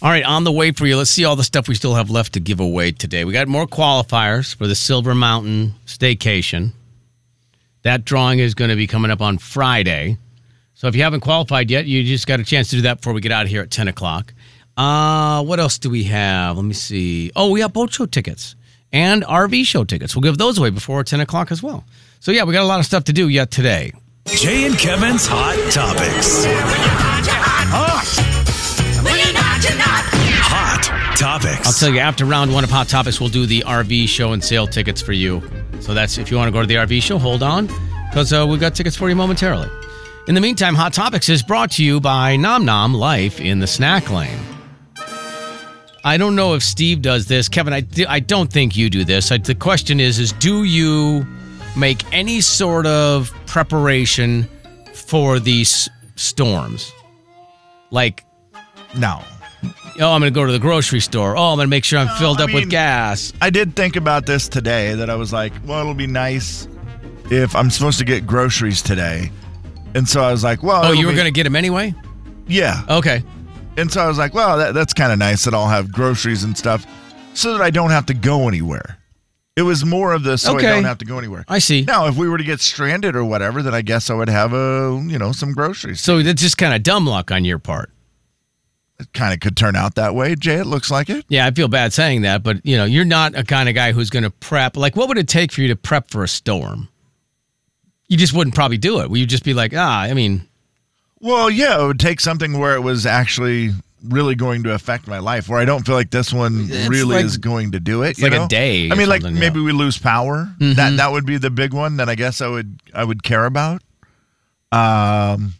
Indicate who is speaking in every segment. Speaker 1: All right, on the way for you. Let's see all the stuff we still have left to give away today. We got more qualifiers for the Silver Mountain Staycation. That drawing is going to be coming up on Friday. So if you haven't qualified yet, you just got a chance to do that before we get out of here at 10 o'clock. Uh, what else do we have? Let me see. Oh, we have boat show tickets and RV show tickets. We'll give those away before 10 o'clock as well. So yeah, we got a lot of stuff to do yet today.
Speaker 2: Jay and Kevin's Hot Topics. Hot Topics.
Speaker 1: I'll tell you, after round one of Hot Topics, we'll do the RV show and sale tickets for you. So that's if you want to go to the RV show, hold on, because uh, we've got tickets for you momentarily. In the meantime, Hot Topics is brought to you by Nom Nom Life in the Snack Lane. I don't know if Steve does this, Kevin. I, I don't think you do this. I, the question is: is do you make any sort of preparation for these storms? Like
Speaker 3: No.
Speaker 1: oh, I'm going to go to the grocery store. Oh, I'm going to make sure I'm filled
Speaker 3: I
Speaker 1: up
Speaker 3: mean-
Speaker 1: with gas.
Speaker 3: I did think about this today that I was like, well, it'll be nice if I'm supposed to get groceries today. And so I was like, well,
Speaker 1: Oh,
Speaker 3: it'll
Speaker 1: you were
Speaker 3: be-
Speaker 1: going to get them anyway?
Speaker 3: Yeah.
Speaker 1: Okay.
Speaker 3: And so I was like, well, that, that's kind of nice that I'll have groceries and stuff so that I don't have to go anywhere. It was more of this so
Speaker 1: Okay.
Speaker 3: I don't have to go anywhere.
Speaker 1: I see.
Speaker 3: Now, if we were to get stranded or whatever, then I guess I would have a, you know, some groceries.
Speaker 1: So that's just kind of dumb luck on your part.
Speaker 3: It kind of could turn out that way, Jay. It looks like it.
Speaker 1: Yeah, I feel bad saying that, but you know, you're not a kind of guy who's going to prep. Like, what would it take for you to prep for a storm? You just wouldn't probably do it. Well, you'd just be like, ah, I mean,
Speaker 3: Well, yeah, it would take something where it was actually really going to affect my life, where I don't feel like this one
Speaker 1: It's
Speaker 3: really
Speaker 1: like-
Speaker 3: is going to do it.
Speaker 1: it's
Speaker 3: you
Speaker 1: like a
Speaker 3: know?
Speaker 1: day
Speaker 3: I
Speaker 1: or
Speaker 3: mean, like
Speaker 1: something, yeah. Mm-hmm.
Speaker 3: maybe we lose power. That that would be the big one that I guess I would I would care about. Um,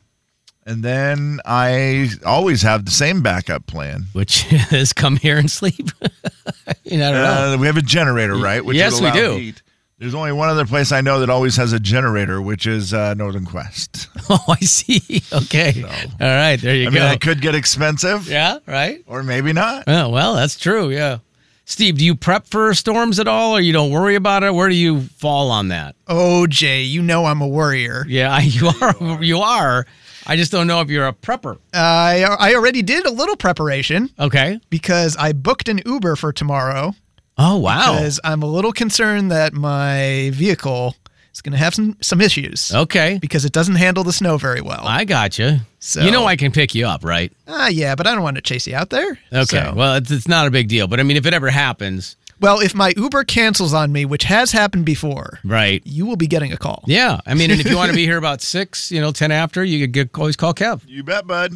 Speaker 3: and then I always have the same backup plan.
Speaker 1: which is come here and sleep. I mean, I don't know.
Speaker 3: Uh, we have a generator, right?
Speaker 1: yes,
Speaker 3: would
Speaker 1: we
Speaker 3: allow
Speaker 1: do.
Speaker 3: heat. There's only one other place I know that always has a generator, which is uh, Northern Quest.
Speaker 1: Oh, I see. Okay. All right. There you go.
Speaker 3: I mean, that could get expensive,
Speaker 1: yeah. Right.
Speaker 3: or maybe not.
Speaker 1: Oh, well, that's true. Yeah. Steve, do you prep for storms at all, or you don't worry about it? Where do you fall on that?
Speaker 4: Oh, Jay, you know I'm a worrier.
Speaker 1: Yeah, I- you are. You are. I just don't know if you're a prepper.
Speaker 4: I I already did a little preparation
Speaker 1: Okay.
Speaker 4: because I booked an Uber for tomorrow
Speaker 1: Oh wow.
Speaker 4: because I'm a little concerned that my vehicle is going to have some some issues
Speaker 1: Okay.
Speaker 4: because it doesn't handle the snow very well.
Speaker 1: Oh. I got you.
Speaker 4: So-
Speaker 1: you know I can pick you up, right?
Speaker 4: Ah, yeah, but I don't want to chase you out there.
Speaker 1: Okay.
Speaker 4: So-
Speaker 1: Well, it's, it's not a big deal, but I mean, if it ever happens,
Speaker 4: well, if my Uber cancels on me, which has happened before,
Speaker 1: right?
Speaker 4: you will be getting a call.
Speaker 1: Yeah. I mean, and if you want to be here about six, you know, ten after, you could get, always call Kev.
Speaker 3: You bet, bud.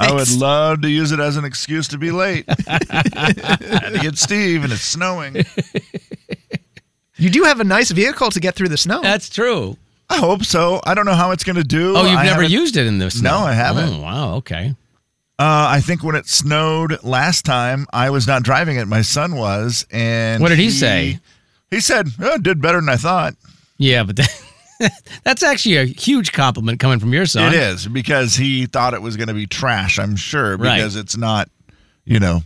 Speaker 3: I would love to use it as an excuse to be late. Had to get Steve, and it's snowing.
Speaker 4: You do have a nice vehicle to get through the snow.
Speaker 1: That's true.
Speaker 3: I hope so. I don't know how it's going to do.
Speaker 1: Oh, you've
Speaker 3: I
Speaker 1: never
Speaker 3: haven't-
Speaker 1: used it in this?
Speaker 3: No, I haven't.
Speaker 1: Oh, wow. Okay.
Speaker 3: Uh, I think when it snowed last time, I was not driving it. My son was, and
Speaker 1: What did he say?
Speaker 3: He said, "Oh, it did better than I thought."
Speaker 1: Yeah, but that, that's actually a huge compliment coming from your son.
Speaker 3: It is because he thought it was going to be trash. I'm sure
Speaker 1: Right.
Speaker 3: because it's not, you know,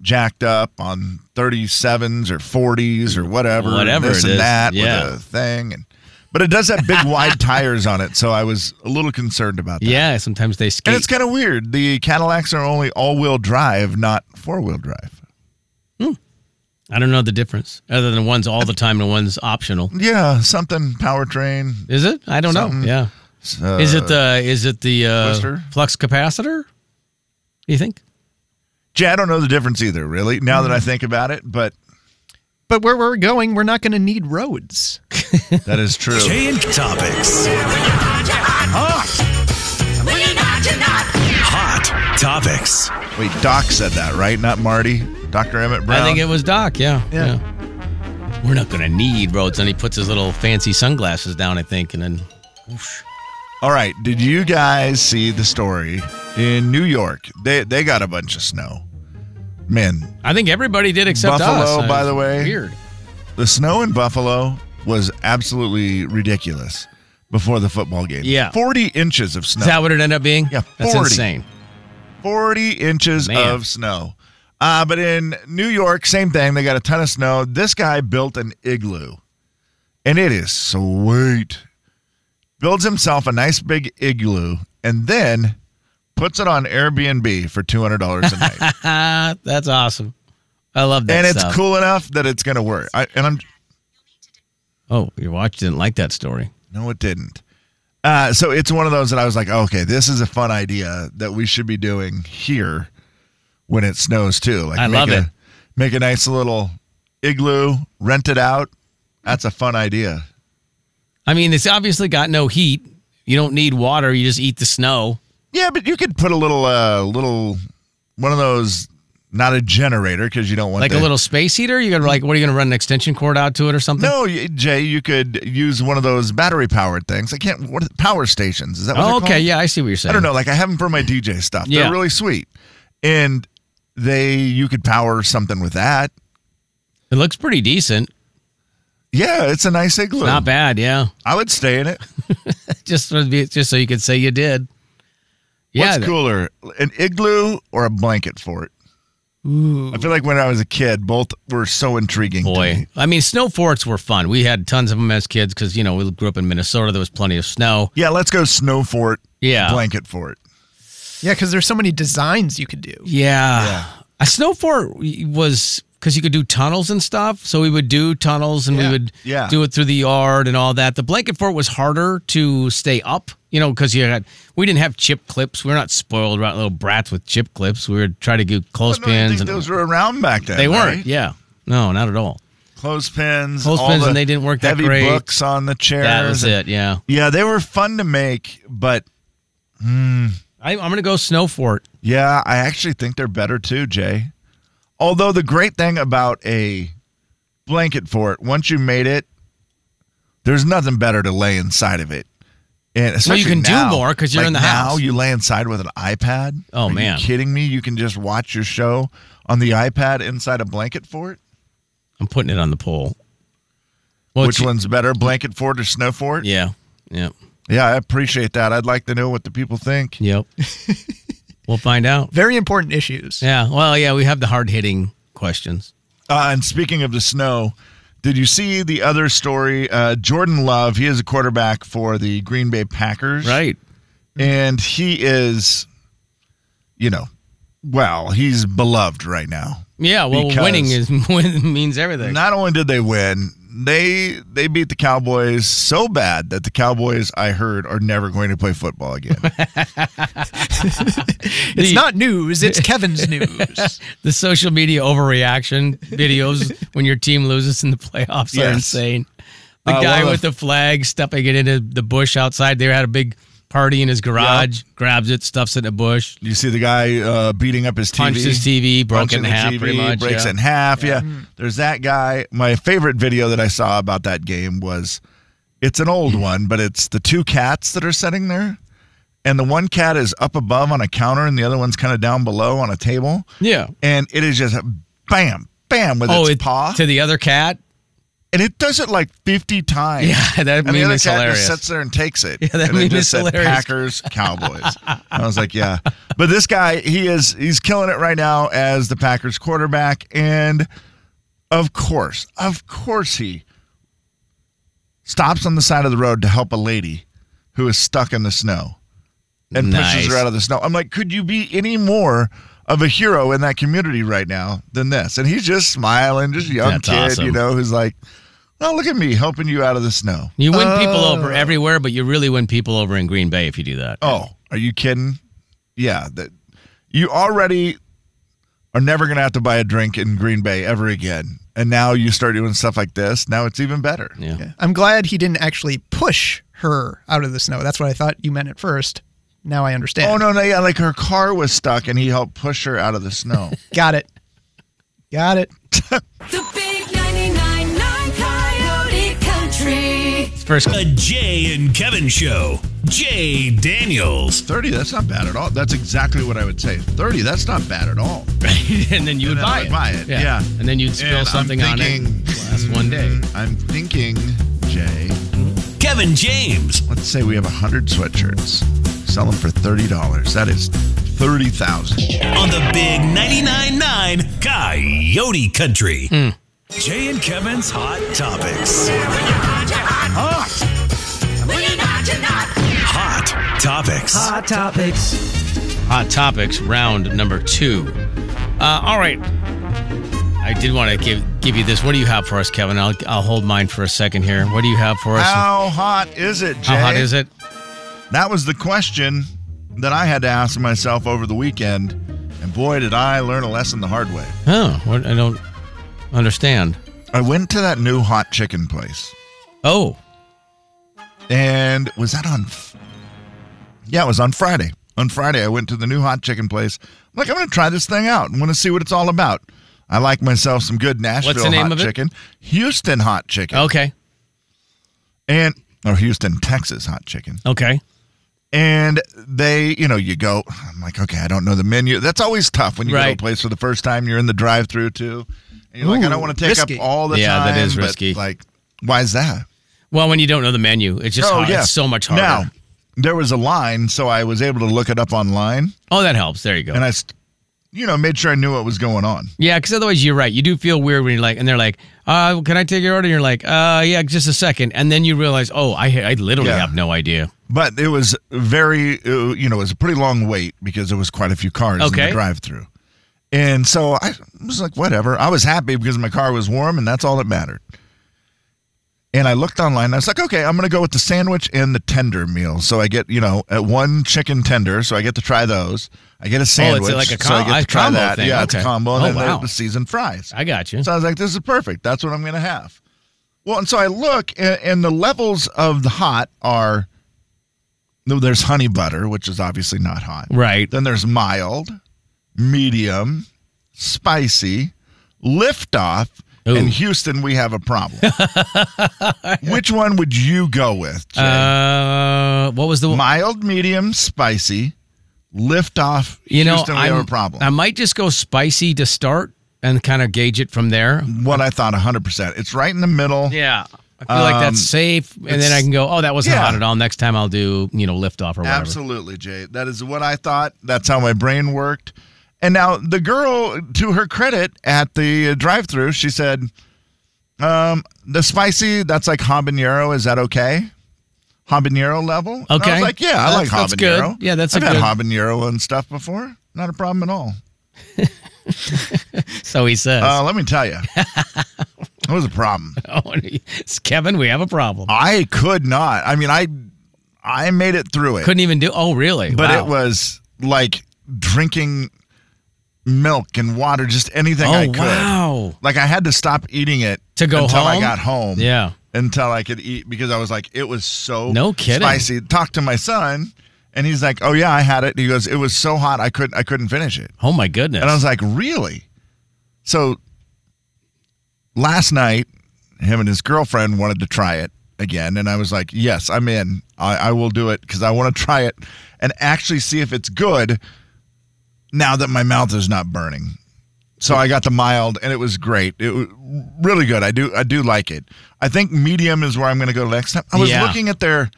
Speaker 3: jacked up on 37s or 40s or whatever, and
Speaker 1: Whatever
Speaker 3: this
Speaker 1: it
Speaker 3: and
Speaker 1: is,
Speaker 3: that
Speaker 1: yeah.
Speaker 3: with a thing. And but it does have big wide tires on it, so I was a little concerned about that.
Speaker 1: Yeah. Sometimes they skate.
Speaker 3: and it's kind of weird. The Cadillacs are only all-wheel drive, not four-wheel drive.
Speaker 1: I don't know the difference, other than one's all the time and one's optional.
Speaker 3: Yeah, something powertrain.
Speaker 1: Is it? I don't know.
Speaker 3: Something.
Speaker 1: Yeah.
Speaker 3: Uh,
Speaker 1: Is it the is it the uh,
Speaker 3: Twister?
Speaker 1: flux capacitor? You think?
Speaker 3: Jay, I don't know the difference either, really. Now that I
Speaker 1: Hmm.
Speaker 3: think about it, but
Speaker 4: but where we're going, we're not going to need roads.
Speaker 3: that is true.
Speaker 2: Jay and Topics. Hot Topics.
Speaker 3: Wait, Doc said that, right? Not Marty. Dr. Emmett Brown.
Speaker 1: I think it was Doc. Yeah.
Speaker 4: Yeah.
Speaker 1: We're not going to need roads. And he puts his little fancy sunglasses down, I think. And then,
Speaker 3: All right. Did you guys see the story in New York? They they got a bunch of snow. Man,
Speaker 1: I think everybody did except us.
Speaker 3: Buffalo,
Speaker 1: I-
Speaker 3: by the way.
Speaker 1: Weird.
Speaker 3: the snow in Buffalo was absolutely ridiculous before the football game.
Speaker 1: Yeah.
Speaker 3: 40 inches of snow.
Speaker 1: Is that what it ended up being?
Speaker 3: Yeah,
Speaker 1: That's
Speaker 3: 40.
Speaker 1: insane.
Speaker 3: 40 inches
Speaker 1: Man.
Speaker 3: of snow. Uh, but in New York, same thing. They got a ton of snow. This guy built an igloo, and it is sweet. Builds himself a nice big igloo, and then puts it on Airbnb for two hundred dollars a night,
Speaker 1: Ah, that's awesome. I love that
Speaker 3: and it's
Speaker 1: stuff.
Speaker 3: cool enough that it's gonna work. I, and I'm
Speaker 1: Oh, your watch didn't like that story.
Speaker 3: no, it didn't. Uh, so it's one of those that I was like, okay, this is a fun idea that we should be doing here when it snows too. Like,
Speaker 1: I
Speaker 3: make
Speaker 1: love
Speaker 3: a,
Speaker 1: it.
Speaker 3: Make a nice little igloo, rent it out. That's a fun idea.
Speaker 1: I mean, it's obviously got no heat. You don't need water. You just eat the snow.
Speaker 3: Yeah, but you could put a little, uh, little, one of those, not a generator because you don't want
Speaker 1: Like
Speaker 3: the-
Speaker 1: a little space heater? You're going to like, what are you going to run an extension cord out to it or something?
Speaker 3: No, y- Jay, you could use one of those battery powered things. I can't. What are, power stations? Is that what
Speaker 1: Oh,
Speaker 3: they're
Speaker 1: okay.
Speaker 3: called?
Speaker 1: Yeah, I see what you're saying.
Speaker 3: I don't know. Like I have them for my DJ stuff.
Speaker 1: Yeah.
Speaker 3: They're really sweet, and they you could power something with that.
Speaker 1: It looks pretty decent.
Speaker 3: Yeah, it's a nice igloo.
Speaker 1: Not bad. Yeah.
Speaker 3: I would stay in it.
Speaker 1: Just, for the- just so you could say you did. Yeah.
Speaker 3: What's
Speaker 1: that-
Speaker 3: cooler, an igloo or a blanket fort?
Speaker 4: Ooh.
Speaker 3: I feel like when I was a kid, both were so intriguing. to
Speaker 1: Boy,
Speaker 3: me.
Speaker 1: I mean, snow forts were fun. We had tons of them as kids because, you know, we grew up in Minnesota. There was plenty of snow.
Speaker 3: Yeah, let's go snow fort.
Speaker 1: Yeah.
Speaker 3: Blanket fort.
Speaker 4: Yeah, because there's so many designs you could do.
Speaker 1: Yeah. A snow fort was because you could do tunnels and stuff. So we would do tunnels and we
Speaker 4: Yeah.
Speaker 1: would
Speaker 3: Yeah.
Speaker 1: do it through the yard and all that. The blanket fort was harder to stay up, you know, because you had, we didn't have chip clips. We were not spoiled right little brats with chip clips. We would try to do
Speaker 3: I don't
Speaker 1: clothespins.
Speaker 3: think
Speaker 1: and
Speaker 3: those were around back then.
Speaker 1: they weren't.
Speaker 3: right?
Speaker 1: Yeah. No, not at all.
Speaker 3: Clothespins.
Speaker 1: Clothespins,
Speaker 3: all the
Speaker 1: and they didn't work that
Speaker 3: heavy
Speaker 1: great.
Speaker 3: books on the chairs.
Speaker 1: That was
Speaker 3: and-
Speaker 1: it. Yeah.
Speaker 3: Yeah, they were fun to make, but
Speaker 1: I, I'm going to go snow fort.
Speaker 3: yeah, I actually think they're better too, Jay. Although the great thing about a blanket fort, once you made it, there's nothing better to lay inside of it. And
Speaker 1: Well, you
Speaker 3: especially
Speaker 1: can do
Speaker 3: now,
Speaker 1: more 'cause you're
Speaker 3: like
Speaker 1: in the
Speaker 3: now,
Speaker 1: house.
Speaker 3: you lay inside with an iPad.
Speaker 1: Oh,
Speaker 3: Are you
Speaker 1: man.
Speaker 3: kidding me? You can just watch your show on the iPad inside a blanket fort.
Speaker 1: I'm putting it on the poll. Well,
Speaker 3: Which
Speaker 1: it's-
Speaker 3: one's better, blanket fort or snow fort?
Speaker 1: Yeah. Yeah.
Speaker 3: Yeah, I appreciate that. I'd like to know what the people think.
Speaker 1: Yep. we'll find out.
Speaker 4: Very important issues.
Speaker 1: Yeah. Well, yeah, we have the hard hitting questions.
Speaker 3: Uh, and speaking of the snow, did you see the other story? Uh, Jordan Love, he is a quarterback for the Green Bay Packers. And he is, you know, well, he's beloved right now.
Speaker 1: Yeah. Well,
Speaker 3: Because-
Speaker 1: winning is win means everything.
Speaker 3: Not only did they win, they they beat the Cowboys so bad that the Cowboys, I heard, are never going to play football again.
Speaker 4: It's
Speaker 1: The-
Speaker 4: not news, it's Kevin's news.
Speaker 1: the social media overreaction videos when your team loses in the playoffs are
Speaker 3: Yes.
Speaker 1: insane. The
Speaker 3: Uh,
Speaker 1: guy
Speaker 3: one of
Speaker 1: with
Speaker 3: the-
Speaker 1: the flag stuffing it into the bush outside there had a big party in his garage, grabs it, stuffs it in a bush,
Speaker 3: you see the guy uh, beating up his TV.
Speaker 1: punched his TV, broke it in
Speaker 3: punching the
Speaker 1: half
Speaker 3: TV,
Speaker 1: pretty much.
Speaker 3: breaks
Speaker 1: yeah.
Speaker 3: it in half. Yeah. there's that guy. My favorite video that I saw about that game was, it's an old
Speaker 1: Mm.
Speaker 3: one, but it's the two cats that are sitting there, and the one cat is up above on a counter, and the other one's kind of down below on a table,
Speaker 1: Yeah.
Speaker 3: and it is just bam, bam with
Speaker 1: Oh,
Speaker 3: its
Speaker 1: it,
Speaker 3: paw,
Speaker 1: to the other cat.
Speaker 3: and it does it like 50 times.
Speaker 1: Yeah, that
Speaker 3: And the
Speaker 1: meme
Speaker 3: other
Speaker 1: is
Speaker 3: cat
Speaker 1: hilarious.
Speaker 3: just sits there and takes it.
Speaker 1: that
Speaker 3: and it
Speaker 1: meme
Speaker 3: just
Speaker 1: is
Speaker 3: said
Speaker 1: hilarious.
Speaker 3: Packers, Cowboys. I was like, yeah. But this guy, he is he's killing it right now as the Packers quarterback. And of course, of course he stops on the side of the road to help a lady who is stuck in the snow and
Speaker 1: Nice.
Speaker 3: pushes her out of the snow. I'm like, could you be any more of a hero in that community right now than this? And he's just smiling, just young
Speaker 1: That's
Speaker 3: kid, you
Speaker 1: awesome.
Speaker 3: know, who's like, oh, look at me helping you out of the snow.
Speaker 1: You win people over everywhere, but you really win people over in Green Bay if you do that.
Speaker 3: Oh, are you kidding? Yeah, that you already are never going to have to buy a drink in Green Bay ever again. And now you start doing stuff like this. Now it's even better.
Speaker 1: Yeah.
Speaker 4: Yeah. I'm glad he didn't actually push her out of the snow. That's what I thought you meant at first. Now I understand.
Speaker 3: Oh no, no, yeah, like her car was stuck and he helped push her out of the snow.
Speaker 4: Got it. Got it.
Speaker 5: The big 99.9 Coyote Country.
Speaker 1: First
Speaker 2: The Jay and Kevin Show. Jay Daniels.
Speaker 3: 30, that's not bad at all. That's exactly what I would say. 30, that's not bad at all.
Speaker 1: and then you would
Speaker 3: And then
Speaker 1: buy
Speaker 3: I'd
Speaker 1: it.
Speaker 3: buy it, yeah.
Speaker 1: And then you'd spill
Speaker 3: And
Speaker 1: something
Speaker 3: I'm thinking,
Speaker 1: on it. Last one day.
Speaker 3: mm, I'm thinking, Jay,
Speaker 2: Kevin James.
Speaker 3: let's say we have 100 sweatshirts. Sell them for $30. That is 30,000.
Speaker 2: On the big 99.9 9 Coyote Country. Jay and Kevin's Hot Topics. Hot Topics.
Speaker 6: Hot topics.
Speaker 1: Hot Topics round number two. Uh, all right. I did want to give give you this. What do you have for us, Kevin? I'll, I'll hold mine for a second here. What do you have for us?
Speaker 3: How hot is it, Jay?
Speaker 1: How hot is it?
Speaker 3: That was the question that I had to ask myself over the weekend. And boy, did I learn a lesson the hard way.
Speaker 1: Oh, what, I don't understand.
Speaker 3: I went to that new hot chicken place.
Speaker 1: Oh,
Speaker 3: And was that on? F- Yeah, it was on Friday. On Friday, I went to the new hot chicken place. I'm like, I'm going to try this thing out. I want to see what it's all about. I like myself some good Nashville
Speaker 1: the name
Speaker 3: hot
Speaker 1: of it? Oh.
Speaker 3: chicken, Houston hot chicken,
Speaker 1: okay.
Speaker 3: and or Houston, Texas hot chicken.
Speaker 1: Okay.
Speaker 3: and they, you know, you go. I'm like, okay, I don't know the menu. That's always tough when you go to a
Speaker 1: Right.
Speaker 3: place for the first time. You're in the drive-through too, and you're like, I don't
Speaker 4: Ooh,
Speaker 3: want to take
Speaker 4: risky.
Speaker 3: up all the
Speaker 1: Yeah,
Speaker 3: time.
Speaker 1: that is
Speaker 3: but,
Speaker 1: risky.
Speaker 3: like, why is that? Oh,
Speaker 1: Well, when you don't know the menu, it's just hard. it's so much harder.
Speaker 3: Now there was a line, so I was able to look it up online,
Speaker 1: Oh, that helps. There you go.
Speaker 3: and I, st- you know, made sure I knew what was going on.
Speaker 1: Yeah, because otherwise you're right. You do feel weird when you're like, and they're like, uh, "Can I take your order?" And you're like, "Uh, yeah, just a second. and then you realize, "Oh, I I literally
Speaker 3: Yeah.
Speaker 1: have no idea."
Speaker 3: But it was very, uh, you know, it was a pretty long wait because there was quite a few cars in
Speaker 1: Okay.
Speaker 3: the drive-through, and so I was like, whatever. I was happy because my car was warm, and that's all that mattered. And I looked online. And I was like, okay, I'm gonna go with the sandwich and the tender meal. So I get, you know, at one chicken tender, so I get to try those. I get a sandwich,
Speaker 1: Oh, like a
Speaker 3: so I
Speaker 1: com-
Speaker 3: get
Speaker 1: a
Speaker 3: to try
Speaker 1: combo
Speaker 3: that.
Speaker 1: thing.
Speaker 3: Yeah, it's a
Speaker 1: Okay.
Speaker 3: combo, and
Speaker 1: Oh,
Speaker 3: then the-
Speaker 1: wow.
Speaker 3: the seasoned fries.
Speaker 1: I got you.
Speaker 3: So I was like, this is perfect. That's what I'm going to have. Well, and so I look, and, and the levels of the hot are no, there's honey butter, which is obviously not hot.
Speaker 1: Right.
Speaker 3: Then there's mild, medium, spicy, liftoff.
Speaker 1: Ooh.
Speaker 3: In Houston, we have a problem. which one would you go with? Jay?
Speaker 1: Uh, what was the one?
Speaker 3: mild, medium, spicy, liftoff.
Speaker 1: you know,
Speaker 3: Houston, we
Speaker 1: I'm-
Speaker 3: have a problem.
Speaker 1: I might just go spicy to start and kind of gauge it from there.
Speaker 3: what I thought, 100%. It's right in the middle.
Speaker 1: Yeah, I feel like
Speaker 3: Um,
Speaker 1: that's safe, and then I
Speaker 3: it's-
Speaker 1: can go, "Oh, that wasn't
Speaker 3: yeah.
Speaker 1: hot at all." Next time I'll do you know lift off or whatever.
Speaker 3: Absolutely, Jay. That is what I thought. That's how my brain worked. And now the girl, to her credit, at the drive-through, she said, um, "The spicy, that's like habanero. Is that okay? Habanero level?" And I
Speaker 1: Okay.
Speaker 3: was like, "Yeah, I
Speaker 1: That's-
Speaker 3: like habanero.
Speaker 1: that's good. Yeah, that's a
Speaker 3: I've
Speaker 1: good-
Speaker 3: had habanero and stuff before. Not a problem at all.
Speaker 1: So he says,
Speaker 3: Uh, let me tell you, it was a problem.
Speaker 1: oh, and he- "Kevin, we have a problem."
Speaker 3: I could not. I mean, I I made it through it.
Speaker 1: Couldn't even do. Oh, really?
Speaker 3: but
Speaker 1: Wow.
Speaker 3: it was like drinking milk and water, just anything
Speaker 1: Oh
Speaker 3: I could.
Speaker 1: wow!
Speaker 3: Like I had to stop eating it
Speaker 1: To go
Speaker 3: until I
Speaker 1: home?
Speaker 3: got home.
Speaker 1: Yeah.
Speaker 3: until I could eat because I was like, it was so
Speaker 1: No kidding.
Speaker 3: spicy. Talked to my son, and he's like, "Oh yeah, I had it." He goes, "It was so hot, I couldn't, I couldn't finish it."
Speaker 1: Oh my goodness!
Speaker 3: And I was like, "Really?" So last night, him and his girlfriend wanted to try it again, and I was like, "Yes, I'm in. I, I will do it because I want to try it and actually see if it's good." Now that my mouth is not burning, so I got the mild, and it was great. It was really good. I do, I do like it. I think medium is where I'm going to go next time. I was
Speaker 1: Yeah.
Speaker 3: looking at their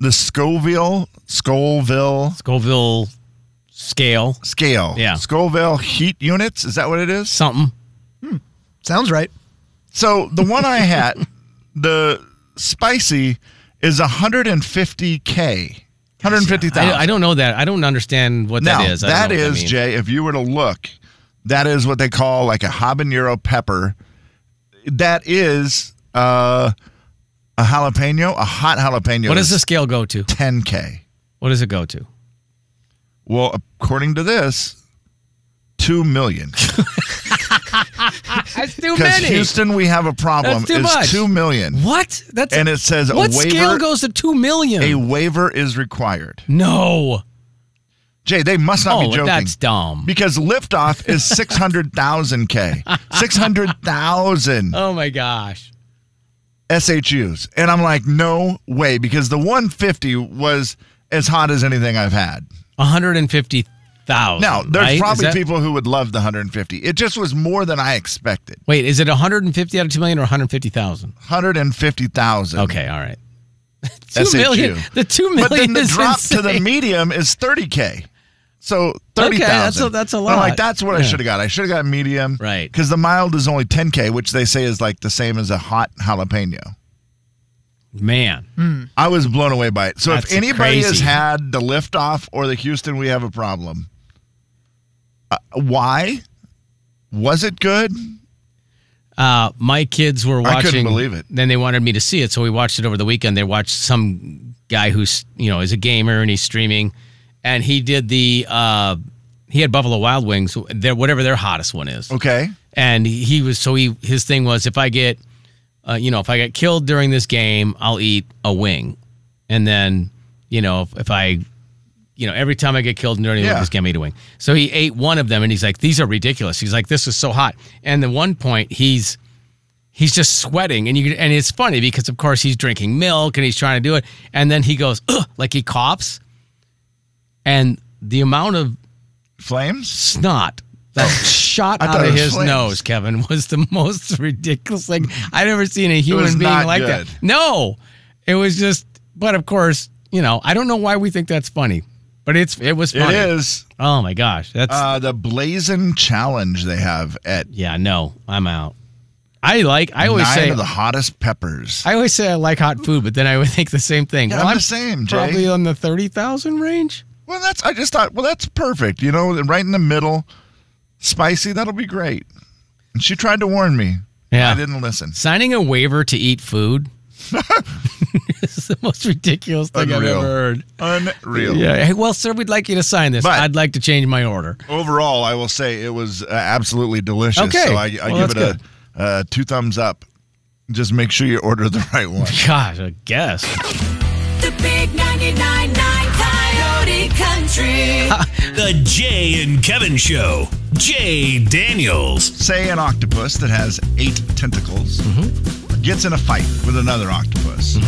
Speaker 3: the Scoville, Scoville
Speaker 1: Scoville scale,
Speaker 3: scale.
Speaker 1: Yeah.
Speaker 3: Scoville heat units. Is that what it is?
Speaker 1: something.
Speaker 4: Sounds right.
Speaker 3: So the one I had, the spicy is 150K. 150,000.
Speaker 1: I, I don't know that. I don't understand what
Speaker 3: now,
Speaker 1: that is. I don't
Speaker 3: that
Speaker 1: know what
Speaker 3: is,
Speaker 1: means.
Speaker 3: Jay, if you were to look, that is what they call like a habanero pepper. That is uh, a jalapeno, a hot jalapeno.
Speaker 1: What does the scale go to?
Speaker 3: 10K.
Speaker 1: What does it go to?
Speaker 3: Well, according to this, 2 million.
Speaker 1: That's too
Speaker 3: Because Houston, we have a problem.
Speaker 1: That's too
Speaker 3: is
Speaker 1: much.
Speaker 3: 2 million.
Speaker 1: what? That's
Speaker 3: And it says a
Speaker 1: what
Speaker 3: waiver-
Speaker 1: scale goes to two million?
Speaker 3: A waiver is required.
Speaker 1: no.
Speaker 3: Jay, they must not
Speaker 1: Oh,
Speaker 3: be joking.
Speaker 1: that's dumb.
Speaker 3: Because liftoff is 600,000 K. 600,000
Speaker 1: Oh my gosh.
Speaker 3: SHUs. And I'm like, no way, because the 150 was as hot as anything I've had.
Speaker 1: One hundred and fifty thousand.
Speaker 3: Now, there's
Speaker 1: Oh, right? Is
Speaker 3: probably
Speaker 1: that-
Speaker 3: people who would love the 150. It just was more than I expected.
Speaker 1: Wait, is it one hundred and fifty out of two million or one hundred fifty thousand?
Speaker 3: 150,000.
Speaker 1: Okay, all right. Two
Speaker 3: SHU.
Speaker 1: million. The two million
Speaker 3: But then the
Speaker 1: is
Speaker 3: drop to the
Speaker 1: insane.
Speaker 3: medium is 30K. So 30,000.
Speaker 1: that's a- that's a
Speaker 3: And I'm like,
Speaker 1: lot.
Speaker 3: that's what I
Speaker 1: Yeah.
Speaker 3: should have got. I should have got medium.
Speaker 1: Right.
Speaker 3: Because the mild is only 10K, which they say is like the same as a hot jalapeno.
Speaker 1: Man.
Speaker 3: I was blown away by it. So
Speaker 1: That's
Speaker 3: if anybody has
Speaker 1: crazy.
Speaker 3: had the liftoff or the Houston, we have a problem. Uh, Why? Was it good?
Speaker 1: Uh, my kids were watching.
Speaker 3: I couldn't believe it.
Speaker 1: Then they wanted me to see it, so we watched it over the weekend. They watched some guy who's you know is a gamer and he's streaming, and he did the uh, he had Buffalo Wild Wings, their whatever their hottest one is,
Speaker 3: Okay.
Speaker 1: and he was so he his thing was if I get uh, you know if I get killed during this game, I'll eat a wing, and then you know if, if I you know every time I get killed during
Speaker 3: Yeah.
Speaker 1: this game, I eat a wing. So he ate one of them, and he's like, these are ridiculous. He's like, this is so hot. And the one point he's he's just sweating and you and it's funny because of course he's drinking milk and he's trying to do it and then he goes Ugh, like he coughs and the amount of
Speaker 3: Flames?
Speaker 1: snot that shot
Speaker 3: Oh. I thought
Speaker 1: out
Speaker 3: it
Speaker 1: of
Speaker 3: was
Speaker 1: his
Speaker 3: flames.
Speaker 1: nose kevin was the most ridiculous thing i'd ever seen a human
Speaker 3: was
Speaker 1: being
Speaker 3: not
Speaker 1: like that
Speaker 3: good.
Speaker 1: no it was just but of course you know i don't know why we think that's funny but it's it was
Speaker 3: It
Speaker 1: funny
Speaker 3: is
Speaker 1: oh my gosh that's
Speaker 3: uh, the Blazing Challenge they have at
Speaker 1: yeah no i'm out i like i always
Speaker 3: nine
Speaker 1: say
Speaker 3: of the hottest peppers.
Speaker 1: I always say I like hot food, but then I would think the same thing.
Speaker 3: Yeah,
Speaker 1: well,
Speaker 3: I'm the same, Jay.
Speaker 1: Probably on the thirty thousand range.
Speaker 3: well, that's I just thought. Well, that's perfect. You know, right in the middle, spicy. That'll be great. And she tried to warn me.
Speaker 1: Yeah.
Speaker 3: I didn't listen.
Speaker 1: Signing a waiver to eat food is the most ridiculous thing
Speaker 3: Unreal.
Speaker 1: I've ever heard.
Speaker 3: Unreal.
Speaker 1: Yeah. Hey, well, sir, we'd like you to sign this.
Speaker 3: But-
Speaker 1: I'd like to change my order.
Speaker 3: Overall, I will say it was uh, absolutely delicious.
Speaker 1: Okay.
Speaker 3: So I, I
Speaker 1: Well,
Speaker 3: give it
Speaker 1: that's
Speaker 3: a uh, two thumbs up. Just make sure you order the right one.
Speaker 1: Gosh, I guess.
Speaker 5: The big 99.9 Coyote Country.
Speaker 2: The Jay and Kevin Show. Jay Daniels.
Speaker 3: Say an octopus that has eight tentacles
Speaker 1: Mm-hmm.
Speaker 3: gets in a fight with another octopus.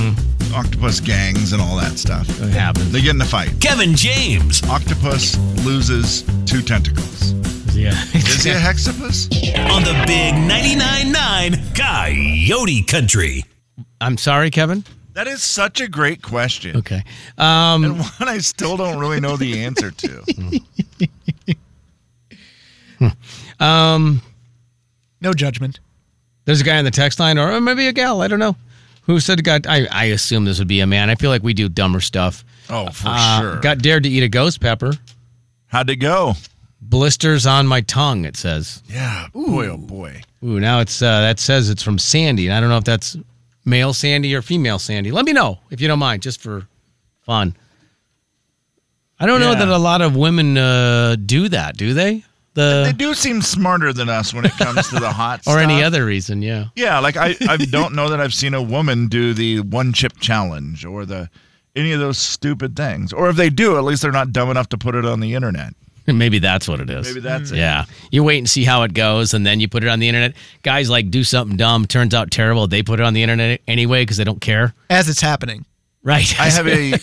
Speaker 3: Octopus gangs and all that stuff.
Speaker 1: It happens.
Speaker 3: They get in a fight.
Speaker 2: Kevin James.
Speaker 3: Octopus loses two tentacles.
Speaker 1: Yeah.
Speaker 3: Is he a hexapus?
Speaker 2: On the big 99.9 Coyote Country.
Speaker 1: I'm sorry, Kevin.
Speaker 3: That is such a great question.
Speaker 1: Okay. Um,
Speaker 3: And one I still don't really know the answer to.
Speaker 4: No judgment.
Speaker 1: There's a guy on the text line, or maybe a gal, I don't know, who said, "Got." I, I assume this would be a man. I feel like we do dumber stuff.
Speaker 3: Oh, for
Speaker 1: Uh,
Speaker 3: sure.
Speaker 1: Got dared to eat a ghost pepper.
Speaker 3: How'd it go?
Speaker 1: Blisters on my tongue. It says.
Speaker 3: Yeah. Boy, oh boy.
Speaker 1: Ooh, now it's uh, that says it's from Sandy, and I don't know if that's male Sandy or female Sandy. Let me know if you don't mind, just for fun. I don't know
Speaker 3: Yeah.
Speaker 1: that a lot of women uh, do that, do they? The
Speaker 3: They do seem smarter than us when it comes to the hot
Speaker 1: or any
Speaker 3: stuff.
Speaker 1: other reason, yeah.
Speaker 3: Yeah, like I, I don't know that I've seen a woman do the one chip challenge or the any of those stupid things. Or if they do, at least they're not dumb enough to put it on the internet.
Speaker 1: Maybe that's what it is.
Speaker 3: Maybe that's it.
Speaker 1: yeah. You wait and see how it goes, and then you put it on the internet. Guys like do something dumb, turns out terrible. They put it on the internet anyway because they don't care,
Speaker 4: As it's happening.
Speaker 1: right?
Speaker 3: I have a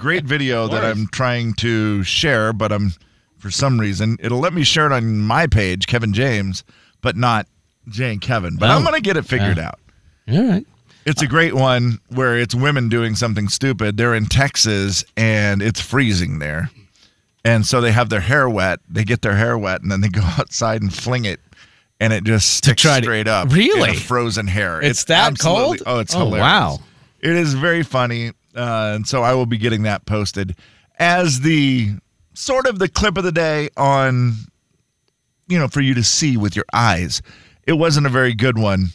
Speaker 3: great video that I'm trying to share, but I'm for some reason it'll let me share it on my page, Kevin James, but not Jay and Kevin. But I'm
Speaker 1: Oh.
Speaker 3: gonna get it figured out.
Speaker 1: All right.
Speaker 3: It's a great one where it's women doing something stupid. They're in Texas and it's freezing there. And so they have their hair wet. They get their hair wet and then they go outside and fling it and it just sticks
Speaker 1: try to-
Speaker 3: straight up.
Speaker 1: Really?
Speaker 3: in a frozen hair.
Speaker 1: It's that
Speaker 3: absolutely-
Speaker 1: cold?
Speaker 3: Oh, it's
Speaker 1: Oh,
Speaker 3: hilarious.
Speaker 1: wow.
Speaker 3: It is very funny. Uh, and so I will be getting that posted as the sort of the clip of the day on you know, for you to see with your eyes. It wasn't a very good one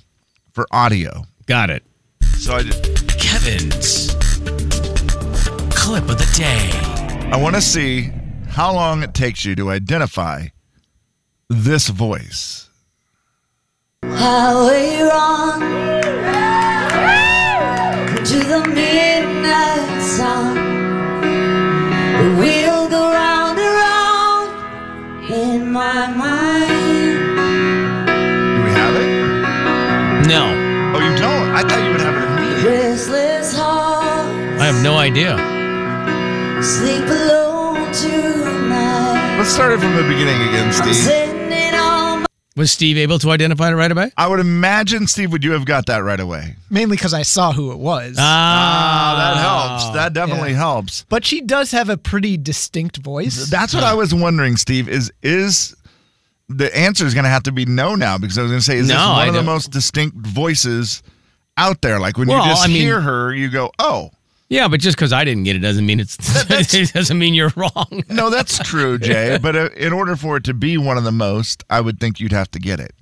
Speaker 3: for audio.
Speaker 1: Got it.
Speaker 3: So I just
Speaker 2: Kevin's clip of the day.
Speaker 3: I want to see how long it takes you to identify this voice.
Speaker 6: How we run to the midnight sun. We'll go round and round in my mind.
Speaker 3: Do we have it?
Speaker 1: No,
Speaker 3: Oh, you don't? I thought you would have it immediately.
Speaker 6: Restless heart,
Speaker 1: I have no idea.
Speaker 6: sleep alone tonight.
Speaker 3: Let's start it from the beginning again, Steve.
Speaker 6: Sending all my
Speaker 1: Was Steve able to identify it right away?
Speaker 3: I would imagine, Steve, would you have got that right away?
Speaker 4: Mainly because I saw who it was.
Speaker 1: Ah.
Speaker 3: Oh, that helps. That definitely
Speaker 4: Yeah.
Speaker 3: helps.
Speaker 4: but she does have a pretty distinct voice.
Speaker 3: That's what I was wondering, Steve. Is is the answer is going to have to be no now because I was going to say, is this
Speaker 1: No,
Speaker 3: one
Speaker 1: I
Speaker 3: of the
Speaker 1: don't-
Speaker 3: most distinct voices out there? Like when
Speaker 1: Well,
Speaker 3: you just
Speaker 1: I mean-
Speaker 3: hear her, you go, oh,
Speaker 1: Yeah, but just because I didn't get it doesn't mean it's it doesn't mean you're wrong.
Speaker 3: No, that's true, Jay. But uh, in order for it to be one of the most, I would think you'd have to get it.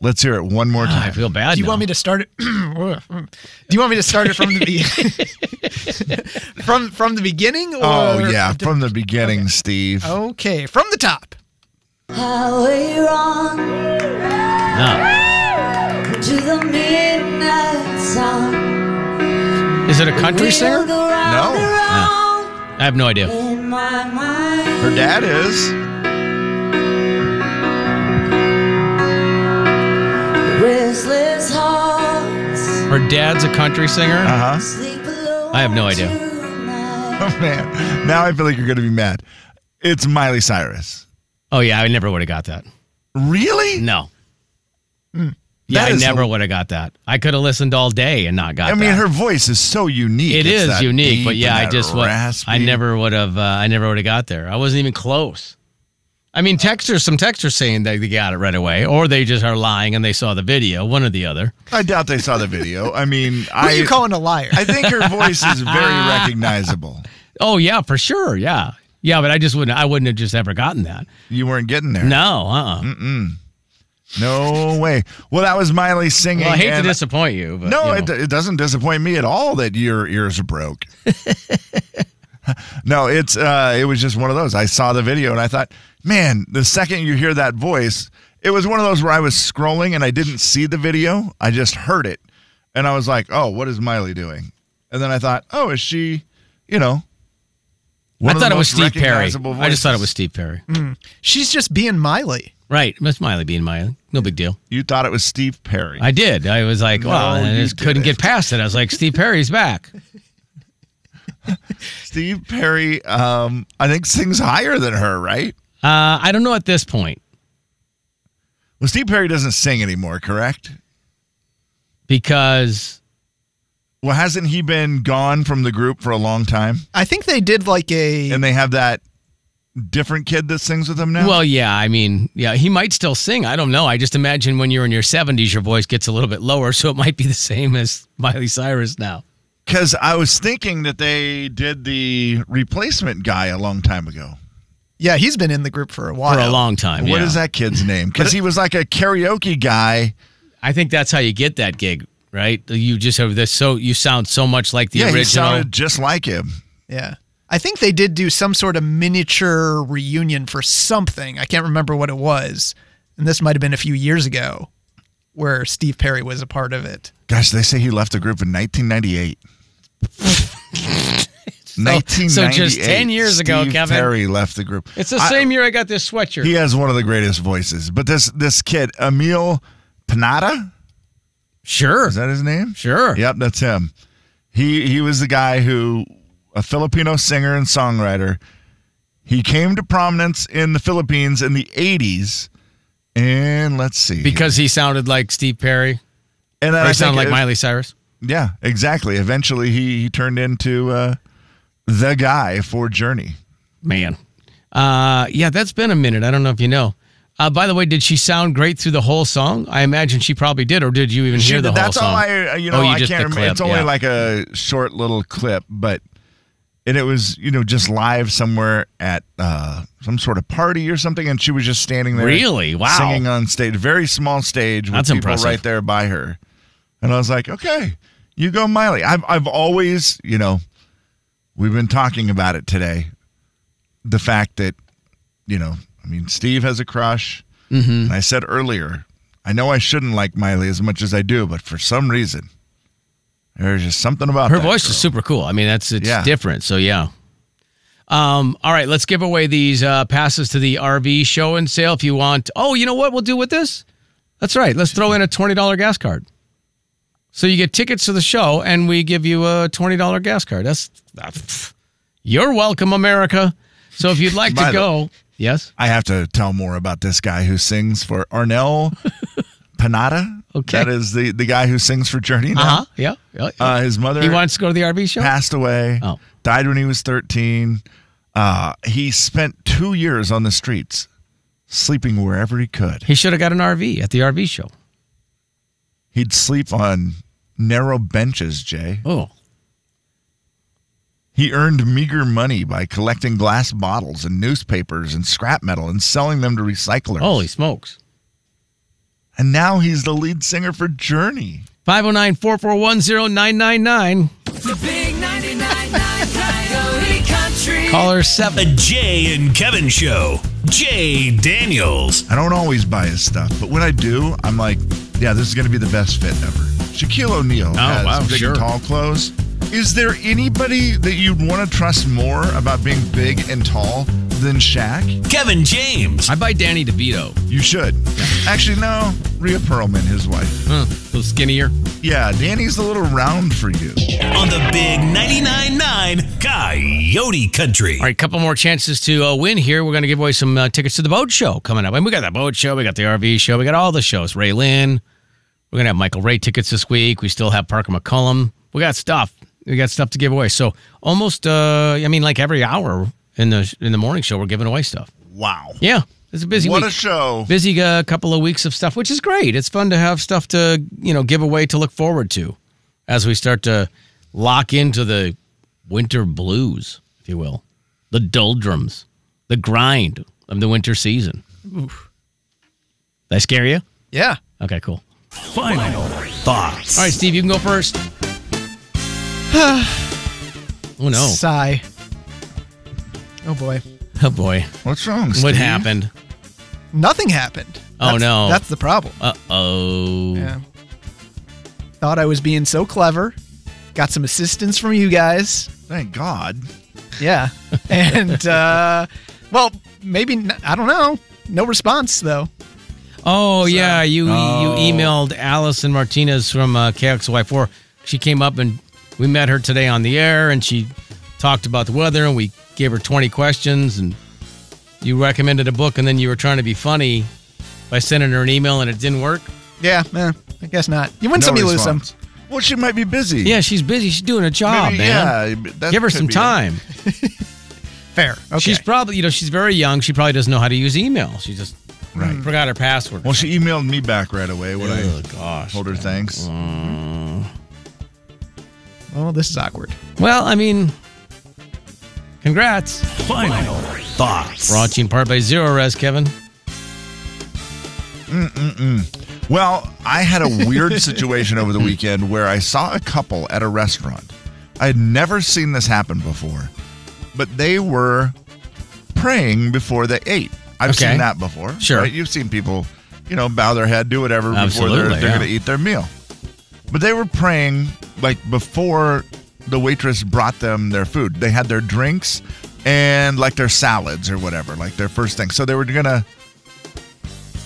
Speaker 3: Let's hear it one more
Speaker 1: Ah, I
Speaker 3: time.
Speaker 1: feel bad.
Speaker 4: Do you
Speaker 1: now.
Speaker 4: want me to start it? Do you want me to start it from the be- from from the beginning? Or
Speaker 3: oh
Speaker 4: Oh.
Speaker 3: yeah, from the beginning, Steve.
Speaker 4: Okay, from the top.
Speaker 6: How we run
Speaker 1: No.
Speaker 6: to the midnight sun.
Speaker 1: Is it a country singer?
Speaker 6: Go round
Speaker 3: No.
Speaker 6: and round
Speaker 1: I have no idea.
Speaker 6: in my mind.
Speaker 3: Her dad is.
Speaker 6: Restless hearts
Speaker 1: Her dad's a country singer.
Speaker 3: Uh huh.
Speaker 6: sleep alone.
Speaker 1: I have no idea.
Speaker 6: tonight.
Speaker 3: Oh man, now I feel like you're gonna be mad. It's Miley Cyrus.
Speaker 1: Oh yeah, I never would have got that.
Speaker 3: Really?
Speaker 1: No. Yeah,
Speaker 3: Hmm. That
Speaker 1: I
Speaker 3: is
Speaker 1: never
Speaker 3: a-
Speaker 1: would have got that. I could have listened all day and not got.
Speaker 3: I mean,
Speaker 1: that.
Speaker 3: her voice is so unique.
Speaker 1: It
Speaker 3: It's
Speaker 1: is
Speaker 3: that
Speaker 1: unique,
Speaker 3: deep
Speaker 1: but yeah,
Speaker 3: and
Speaker 1: I
Speaker 3: that
Speaker 1: just would. I
Speaker 3: raspy.
Speaker 1: never would have. Uh, I never would have got there. I wasn't even close. I mean, texters. Some texters saying they, they got it right away, or they just are lying and they saw the video. One or the other.
Speaker 3: I doubt they saw the video. I mean,
Speaker 4: Who
Speaker 3: I
Speaker 4: are you calling a liar?
Speaker 3: I think her voice is very recognizable.
Speaker 1: Oh yeah, for sure. Yeah, yeah. But I just wouldn't. I wouldn't have just ever gotten that.
Speaker 3: You weren't getting there.
Speaker 1: No. Uh. uh
Speaker 3: No way. Well, that was Miley singing.
Speaker 1: Well, I hate to
Speaker 3: and-
Speaker 1: disappoint you, but
Speaker 3: No,
Speaker 1: you know.
Speaker 3: it, it doesn't disappoint me at all that your ears are broke. no, it's uh, it was just one of those. I saw the video and I thought, man, the second you hear that voice, it was one of those where I was scrolling and I didn't see the video. I just heard it, and I was like, oh, what is Miley doing? And then I thought, oh, is she, you know?
Speaker 1: I
Speaker 3: one of the
Speaker 1: thought it was
Speaker 3: most
Speaker 1: Steve Perry.
Speaker 3: recognizable
Speaker 1: I just thought it was
Speaker 3: voices?
Speaker 1: Steve Perry.
Speaker 4: She's just being Miley.
Speaker 1: Right, Miss Miley being Miley. No big deal.
Speaker 3: You thought it was Steve Perry.
Speaker 1: I did. I was like,
Speaker 3: No,
Speaker 1: wow, and I
Speaker 3: you
Speaker 1: just couldn't
Speaker 3: didn't.
Speaker 1: get past it. I was like, Steve Perry's back.
Speaker 3: Steve Perry, um, I think sings higher than her, right?
Speaker 1: Uh, I don't know at this point
Speaker 3: Well, Steve Perry doesn't sing anymore, correct?
Speaker 1: because
Speaker 3: Well, hasn't he been gone from the group for a long time?
Speaker 4: I think they did like a
Speaker 3: And they have that different kid that sings with them now?
Speaker 1: Well, yeah, I mean, yeah, he might still sing. I don't know. I just imagine when you're in your 70s, your voice gets a little bit lower, so it might be the same as Miley Cyrus now.
Speaker 3: because I was thinking that they did the replacement guy a long time ago.
Speaker 4: yeah. He's been in the group for a while.
Speaker 1: For a long time.
Speaker 3: What
Speaker 1: Uh, yeah.
Speaker 3: is that kid's name? Because he was like a karaoke guy.
Speaker 1: I think that's how you get that gig, right? You just have this so you sound so much like the
Speaker 3: yeah,
Speaker 1: original.
Speaker 3: he sounded just like him.
Speaker 4: Yeah. I think they did do some sort of miniature reunion for something. I can't remember what it was. And this might have been a few years ago where Steve Perry was a part of it.
Speaker 3: Gosh, they say he left the group in 1998.
Speaker 1: so just 10 years ago,
Speaker 3: Steve
Speaker 1: Kevin.
Speaker 3: Perry left the group.
Speaker 1: it's the
Speaker 3: I-
Speaker 1: same year I got this sweatshirt.
Speaker 3: He has one of the greatest voices. But this this kid, Emil Panada,
Speaker 1: sure.
Speaker 3: is that his name?
Speaker 1: Sure.
Speaker 3: Yep, that's him. He he was the guy who a Filipino singer and songwriter. He came to prominence in the Philippines in the 80s. And let's see.
Speaker 1: Because he sounded like Steve Perry.
Speaker 3: and then
Speaker 1: Or
Speaker 3: I
Speaker 1: he sounded like
Speaker 3: think it-
Speaker 1: Miley Cyrus.
Speaker 3: Yeah, exactly. Eventually he, he turned into uh, the guy for Journey.
Speaker 1: Man. Uh, yeah, that's been a minute. I don't know if you know. Uh, by the way, did she sound great through the whole song? I imagine she probably did, or did you even
Speaker 3: She-
Speaker 1: hear the
Speaker 3: that's
Speaker 1: whole song?
Speaker 3: all I uh, you know
Speaker 1: Oh,
Speaker 3: I
Speaker 1: just
Speaker 3: can't
Speaker 1: the
Speaker 3: remember.
Speaker 1: clip,
Speaker 3: It's only
Speaker 1: yeah.
Speaker 3: like a short little clip, but and it was you know just live somewhere at uh, some sort of party or something, and she was just standing there,
Speaker 1: Really? Wow.
Speaker 3: singing on stage, very small stage with
Speaker 1: That's
Speaker 3: people
Speaker 1: impressive.
Speaker 3: right there by her, and I was like, okay, you go, Miley. I've I've always you know we've been talking about it today, the fact that you know I mean Steve has a crush.
Speaker 1: Mm-hmm.
Speaker 3: And I said earlier, I know I shouldn't like Miley as much as I do, but for some reason, there's just something about
Speaker 1: Her
Speaker 3: that
Speaker 1: voice
Speaker 3: girl.
Speaker 1: is super cool. I mean, that's it's
Speaker 3: Yeah.
Speaker 1: different. So yeah. Um, all right, let's give away these uh, passes to the RV show and sale if you want. Oh, you know what we'll do with this? That's right. Let's throw in a twenty dollar gas card. So you get tickets to the show, and we give you a twenty dollar gas card. That's, that's you're welcome, America. So if you'd like to
Speaker 3: By the-
Speaker 1: go, yes.
Speaker 3: I have to tell more about this guy who sings for Arnell Panada.
Speaker 1: Okay.
Speaker 3: that is the the guy who sings for Journey. Now.
Speaker 1: Uh huh. Yeah. yeah.
Speaker 3: Uh, his mother
Speaker 1: he wants to go to the RV show.
Speaker 3: passed away.
Speaker 1: Oh.
Speaker 3: died when he was 13. Uh, he spent two years on the streets, sleeping wherever he could.
Speaker 1: He should have got an RV at the RV show.
Speaker 3: He'd sleep on narrow benches, Jay.
Speaker 1: Oh.
Speaker 3: He earned meager money by collecting glass bottles and newspapers and scrap metal and selling them to recyclers.
Speaker 1: Holy smokes.
Speaker 3: And now he's the lead singer for Journey.
Speaker 1: 509 441 999.
Speaker 5: The big 99.9 Coyote Country.
Speaker 1: Caller 7.
Speaker 2: The Jay and Kevin Show. Jay Daniels.
Speaker 3: I don't always buy his stuff, but when I do, I'm like, yeah, this is going to be the best fit ever. Shaquille O'Neal has
Speaker 1: Oh, wow,
Speaker 3: big
Speaker 1: sure.
Speaker 3: and tall clothes. Is there anybody that you'd want to trust more about being big and tall than Shaq?
Speaker 2: Kevin James.
Speaker 1: I buy Danny DeVito.
Speaker 3: You should. Actually, no. Rhea Perlman, his wife.
Speaker 1: Huh, a little skinnier.
Speaker 3: Yeah, Danny's a little round for you.
Speaker 2: on the big 99.9 Coyote Country.
Speaker 1: All right, couple more chances to uh, win here. We're going to give away some uh, tickets to the boat show coming up. And we got that boat show, we got the RV show, we got all the shows. Ray Lynn. We're going to have Michael Ray tickets this week. We still have Parker McCullum. We got stuff. We got stuff to give away. So almost, uh, I mean, like every hour in the in the morning show, we're giving away stuff.
Speaker 3: Wow.
Speaker 1: Yeah, it's a busy
Speaker 3: What
Speaker 1: week.
Speaker 3: a show.
Speaker 1: busy uh, couple of weeks of stuff, which is great. It's fun to have stuff to you know give away to look forward to as we start to lock into the winter blues, if you will, the doldrums, the grind of the winter season. Oof. Did I scare you?
Speaker 4: Yeah.
Speaker 1: Okay, cool.
Speaker 2: Final thoughts.
Speaker 1: All right, Steve, you can go first. oh no!
Speaker 4: Sigh. Oh boy.
Speaker 1: Oh boy!
Speaker 3: What's wrong?
Speaker 1: What
Speaker 3: Steve?
Speaker 1: happened?
Speaker 4: Nothing happened.
Speaker 1: Oh,
Speaker 4: That's-
Speaker 1: no.
Speaker 4: That's the problem.
Speaker 1: Uh oh!
Speaker 4: Yeah. Thought I was being so clever. Got some assistance from you guys.
Speaker 3: Thank God.
Speaker 4: Yeah. And, uh, well, maybe, n- I don't know. No response, though.
Speaker 1: Oh yeah, you you emailed Allison Martinez from uh, KXY4. She came up and we met her today on the air, and she talked about the weather, and we gave her 20 questions, and you recommended a book, and then you were trying to be funny by sending her an email, and it didn't work.
Speaker 4: Yeah, eh, I guess not. You win
Speaker 3: No
Speaker 4: some, you lose some.
Speaker 3: response. Well, she might be busy.
Speaker 1: Yeah, she's busy. She's doing a job,
Speaker 3: Maybe-
Speaker 1: man.
Speaker 3: yeah, that
Speaker 1: Give her
Speaker 3: could
Speaker 1: some
Speaker 3: be it.
Speaker 1: time.
Speaker 4: Fair. Okay.
Speaker 1: She's probably, you know, she's very young. She probably doesn't know how to use email. She just
Speaker 3: Right.
Speaker 1: forgot her password.
Speaker 3: Well, she emailed me back right away when
Speaker 1: oh
Speaker 3: I
Speaker 1: gosh. Uh-huh.
Speaker 3: told her thanks.
Speaker 4: well, this is awkward.
Speaker 1: Well, I mean, congrats.
Speaker 2: Final thoughts.
Speaker 1: Brought to you in part by Zero Res, Kevin.
Speaker 3: Well, I had a weird situation over the weekend where I saw a couple at a restaurant. I had never seen this happen before, but they were praying before they ate. I've
Speaker 1: Okay.
Speaker 3: seen that before.
Speaker 1: Sure.
Speaker 3: right? You've seen people, you know, bow their head, do whatever before
Speaker 1: Absolutely,
Speaker 3: they're, they're
Speaker 1: yeah.
Speaker 3: going to eat their meal. But they were praying like before the waitress brought them their food. They had their drinks and like their salads or whatever, like their first thing. So they were going to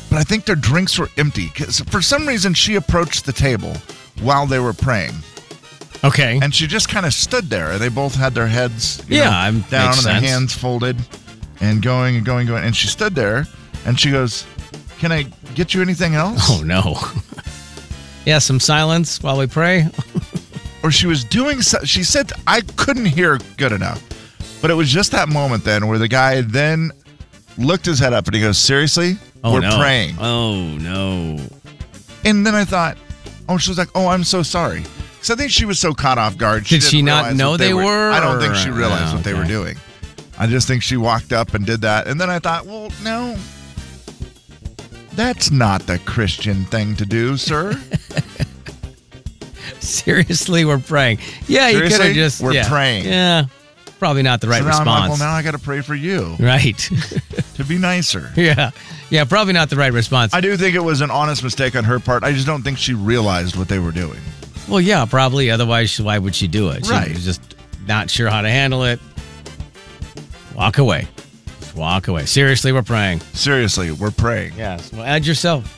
Speaker 3: but I think their drinks were empty because for some reason she approached the table while they were praying,
Speaker 1: Okay.
Speaker 3: and she just kind of stood there. They both had their heads, you
Speaker 1: Yeah,
Speaker 3: know,
Speaker 1: I'm-
Speaker 3: down and
Speaker 1: makes
Speaker 3: their
Speaker 1: sense.
Speaker 3: hands folded, and going and going and going. And she stood there, and she goes, "Can I get you anything else?"
Speaker 1: oh no. yeah, some silence while we pray.
Speaker 3: Or she was doing. So- she said I couldn't hear good enough, but it was just that moment then where the guy then looked his head up and he goes, "Seriously,
Speaker 1: Oh,
Speaker 3: we're
Speaker 1: no.
Speaker 3: praying."
Speaker 1: Oh no.
Speaker 3: And then I thought, oh, she was like, oh, I'm so sorry. So I think she was so caught off guard.
Speaker 1: Did she
Speaker 3: didn't
Speaker 1: not
Speaker 3: realize
Speaker 1: know
Speaker 3: what
Speaker 1: they were,
Speaker 3: I don't think
Speaker 1: or-
Speaker 3: she realized
Speaker 1: Oh,
Speaker 3: what they were
Speaker 1: okay.
Speaker 3: doing. I just think she walked up and did that. And then I thought, well, no, that's not the Christian thing to do, sir.
Speaker 1: Seriously, we're praying. Yeah, you could have
Speaker 3: Seriously?
Speaker 1: just
Speaker 3: We're
Speaker 1: yeah.
Speaker 3: praying.
Speaker 1: Yeah. Probably not the right
Speaker 3: so now I'm like, well,
Speaker 1: response.
Speaker 3: now I got to pray for you
Speaker 1: right.
Speaker 3: to be nicer.
Speaker 1: yeah. Yeah, probably not the right response.
Speaker 3: I do think it was an honest mistake on her part. I just don't think she realized what they were doing.
Speaker 1: well, yeah, probably. Otherwise, why would she do it? She
Speaker 3: Right.
Speaker 1: was just not sure how to handle it. Walk away. Just walk away. Seriously, we're praying.
Speaker 3: Seriously, we're praying.
Speaker 1: Yes. Well, add yourself.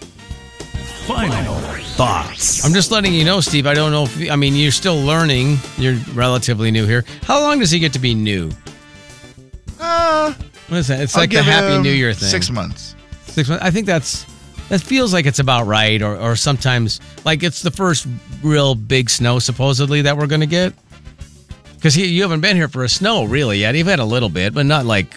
Speaker 2: Final thoughts.
Speaker 1: I'm just letting you know, Steve. I don't know if I mean you're still learning. You're relatively new here. How long does he get to be new?
Speaker 3: Uh,
Speaker 1: What is that? It's
Speaker 3: I'll
Speaker 1: like the
Speaker 3: give
Speaker 1: Happy
Speaker 3: him
Speaker 1: New Year thing.
Speaker 3: Six months.
Speaker 1: Six months. I think that's that feels like it's about right. Or or sometimes like it's the first real big snow supposedly that we're gonna get. Because you haven't been here for a snow really yet. You've had a little bit, but not like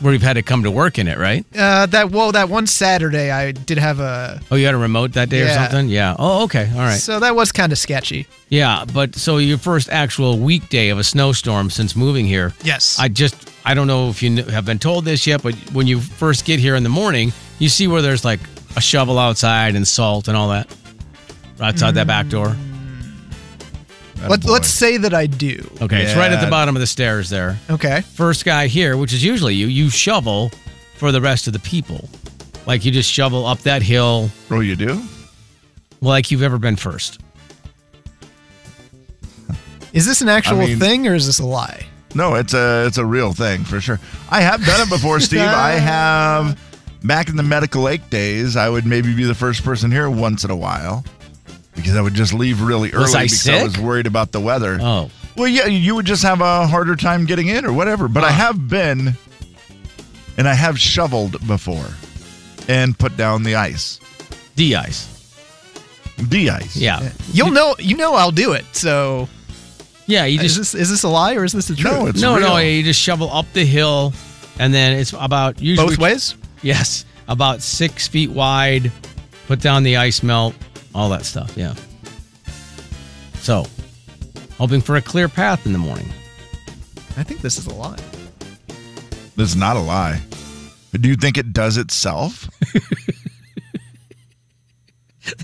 Speaker 1: where we've had to come to work in it, right?
Speaker 4: Uh, that whoa, that one Saturday I did have a
Speaker 1: Oh, you had a remote that day or
Speaker 4: Yeah.
Speaker 1: something? Yeah. Oh, okay. All right.
Speaker 4: so that was kind of sketchy.
Speaker 1: Yeah, but so your first actual weekday of a snowstorm since moving here.
Speaker 4: Yes.
Speaker 1: I just I don't know if you kn- have been told this yet, but when you first get here in the morning, you see where there's like a shovel outside and salt and all that right outside that back door.
Speaker 4: Let,
Speaker 3: boy.
Speaker 4: let's say that I do.
Speaker 1: Okay, it's right at the
Speaker 3: Yeah.
Speaker 1: bottom of the stairs there.
Speaker 4: Okay.
Speaker 1: First guy here, which is usually you, you shovel for the rest of the people. Like you just shovel up that hill
Speaker 3: Oh, you do?
Speaker 1: like you've ever been first.
Speaker 4: Is this an actual
Speaker 3: mean-
Speaker 4: thing or is this a lie?
Speaker 3: No, it's a it's a real thing for sure. I have done it before, Steve. I have back in the medical lake days. I would maybe be the first person here once in a while because I would just leave really early
Speaker 1: Was I
Speaker 3: because
Speaker 1: sick?
Speaker 3: I was worried about the weather.
Speaker 1: Oh.
Speaker 3: Well, yeah, you would just have a harder time getting in or whatever. But I have been, and I have shoveled before, and put down the ice,
Speaker 1: D ice.
Speaker 3: the ice.
Speaker 1: Yeah.
Speaker 4: You'll know. You know I'll do it. So
Speaker 1: Yeah, you
Speaker 4: is
Speaker 1: just
Speaker 4: this is this a lie or is this the truth?
Speaker 3: No, it's
Speaker 1: No,
Speaker 3: real.
Speaker 1: no, you just shovel up the hill and then it's about usually
Speaker 4: both ways.
Speaker 1: Yes, about six feet wide. Put down the ice melt, all that stuff. Yeah. So, hoping for a clear path in the morning.
Speaker 4: I think this is a lie.
Speaker 3: That's not a lie. Do you think it does itself?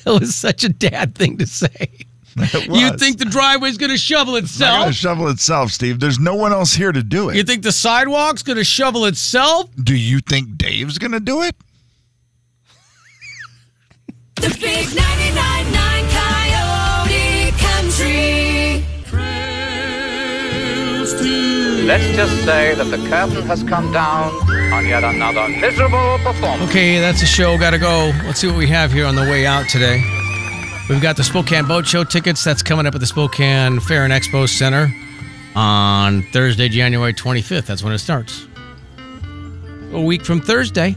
Speaker 1: That was such a dad thing to say.
Speaker 3: It
Speaker 1: You
Speaker 3: was.
Speaker 1: think the driveway's going to shovel
Speaker 3: It's not gonna
Speaker 1: itself?
Speaker 3: shovel itself, Steve. There's no one else here to do it.
Speaker 1: You think the sidewalk's going to shovel itself?
Speaker 3: do you think Dave's gonna do it?
Speaker 5: The big 99.9 Coyote Country.
Speaker 7: Let's just say that the curtain has come down on yet another miserable performance.
Speaker 1: Okay, that's a show. Gotta go. Let's see what we have here on the way out today. We've got the Spokane Boat Show tickets. That's coming up at the Spokane Fair and Expo Center on Thursday, January 25th. That's when it starts. A week from Thursday.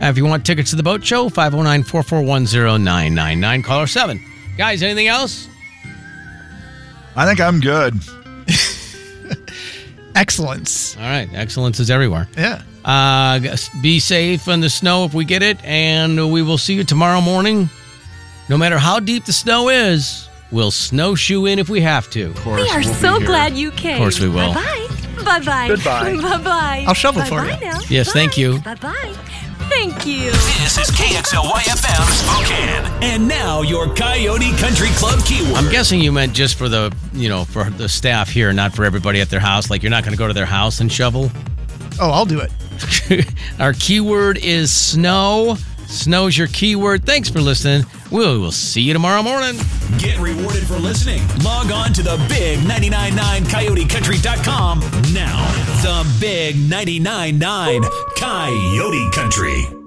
Speaker 1: Uh, If you want tickets to the boat show, 509 441 999 Caller 7. Guys, anything else?
Speaker 3: I think I'm good.
Speaker 4: Excellence.
Speaker 1: All right. Excellence is everywhere.
Speaker 4: Yeah.
Speaker 1: Uh, g- be safe in the snow if we get it, and we will see you tomorrow morning. No matter how deep the snow is, we'll snowshoe in if we have to.
Speaker 3: Of course,
Speaker 8: We are
Speaker 3: we'll be
Speaker 8: so
Speaker 3: here.
Speaker 8: glad you came.
Speaker 1: course we will.
Speaker 8: Bye bye. Bye bye.
Speaker 7: Goodbye.
Speaker 8: Bye bye.
Speaker 4: I'll shovel for you.
Speaker 1: Yes, thank you.
Speaker 8: Bye bye. Thank you.
Speaker 2: This is KXLY FM Spokane. And now your Coyote Country Club keyword.
Speaker 1: I'm guessing you meant just for the, you know, for the staff here, not for everybody at their house. Like you're not going to go to their house and shovel.
Speaker 4: Oh, I'll do it.
Speaker 1: Our keyword is snow. Snow's your keyword. Thanks for listening. We will see you tomorrow morning.
Speaker 2: Get rewarded for listening. Log on to the big 999 coyotecountry.com now. The big 999 Coyote Country.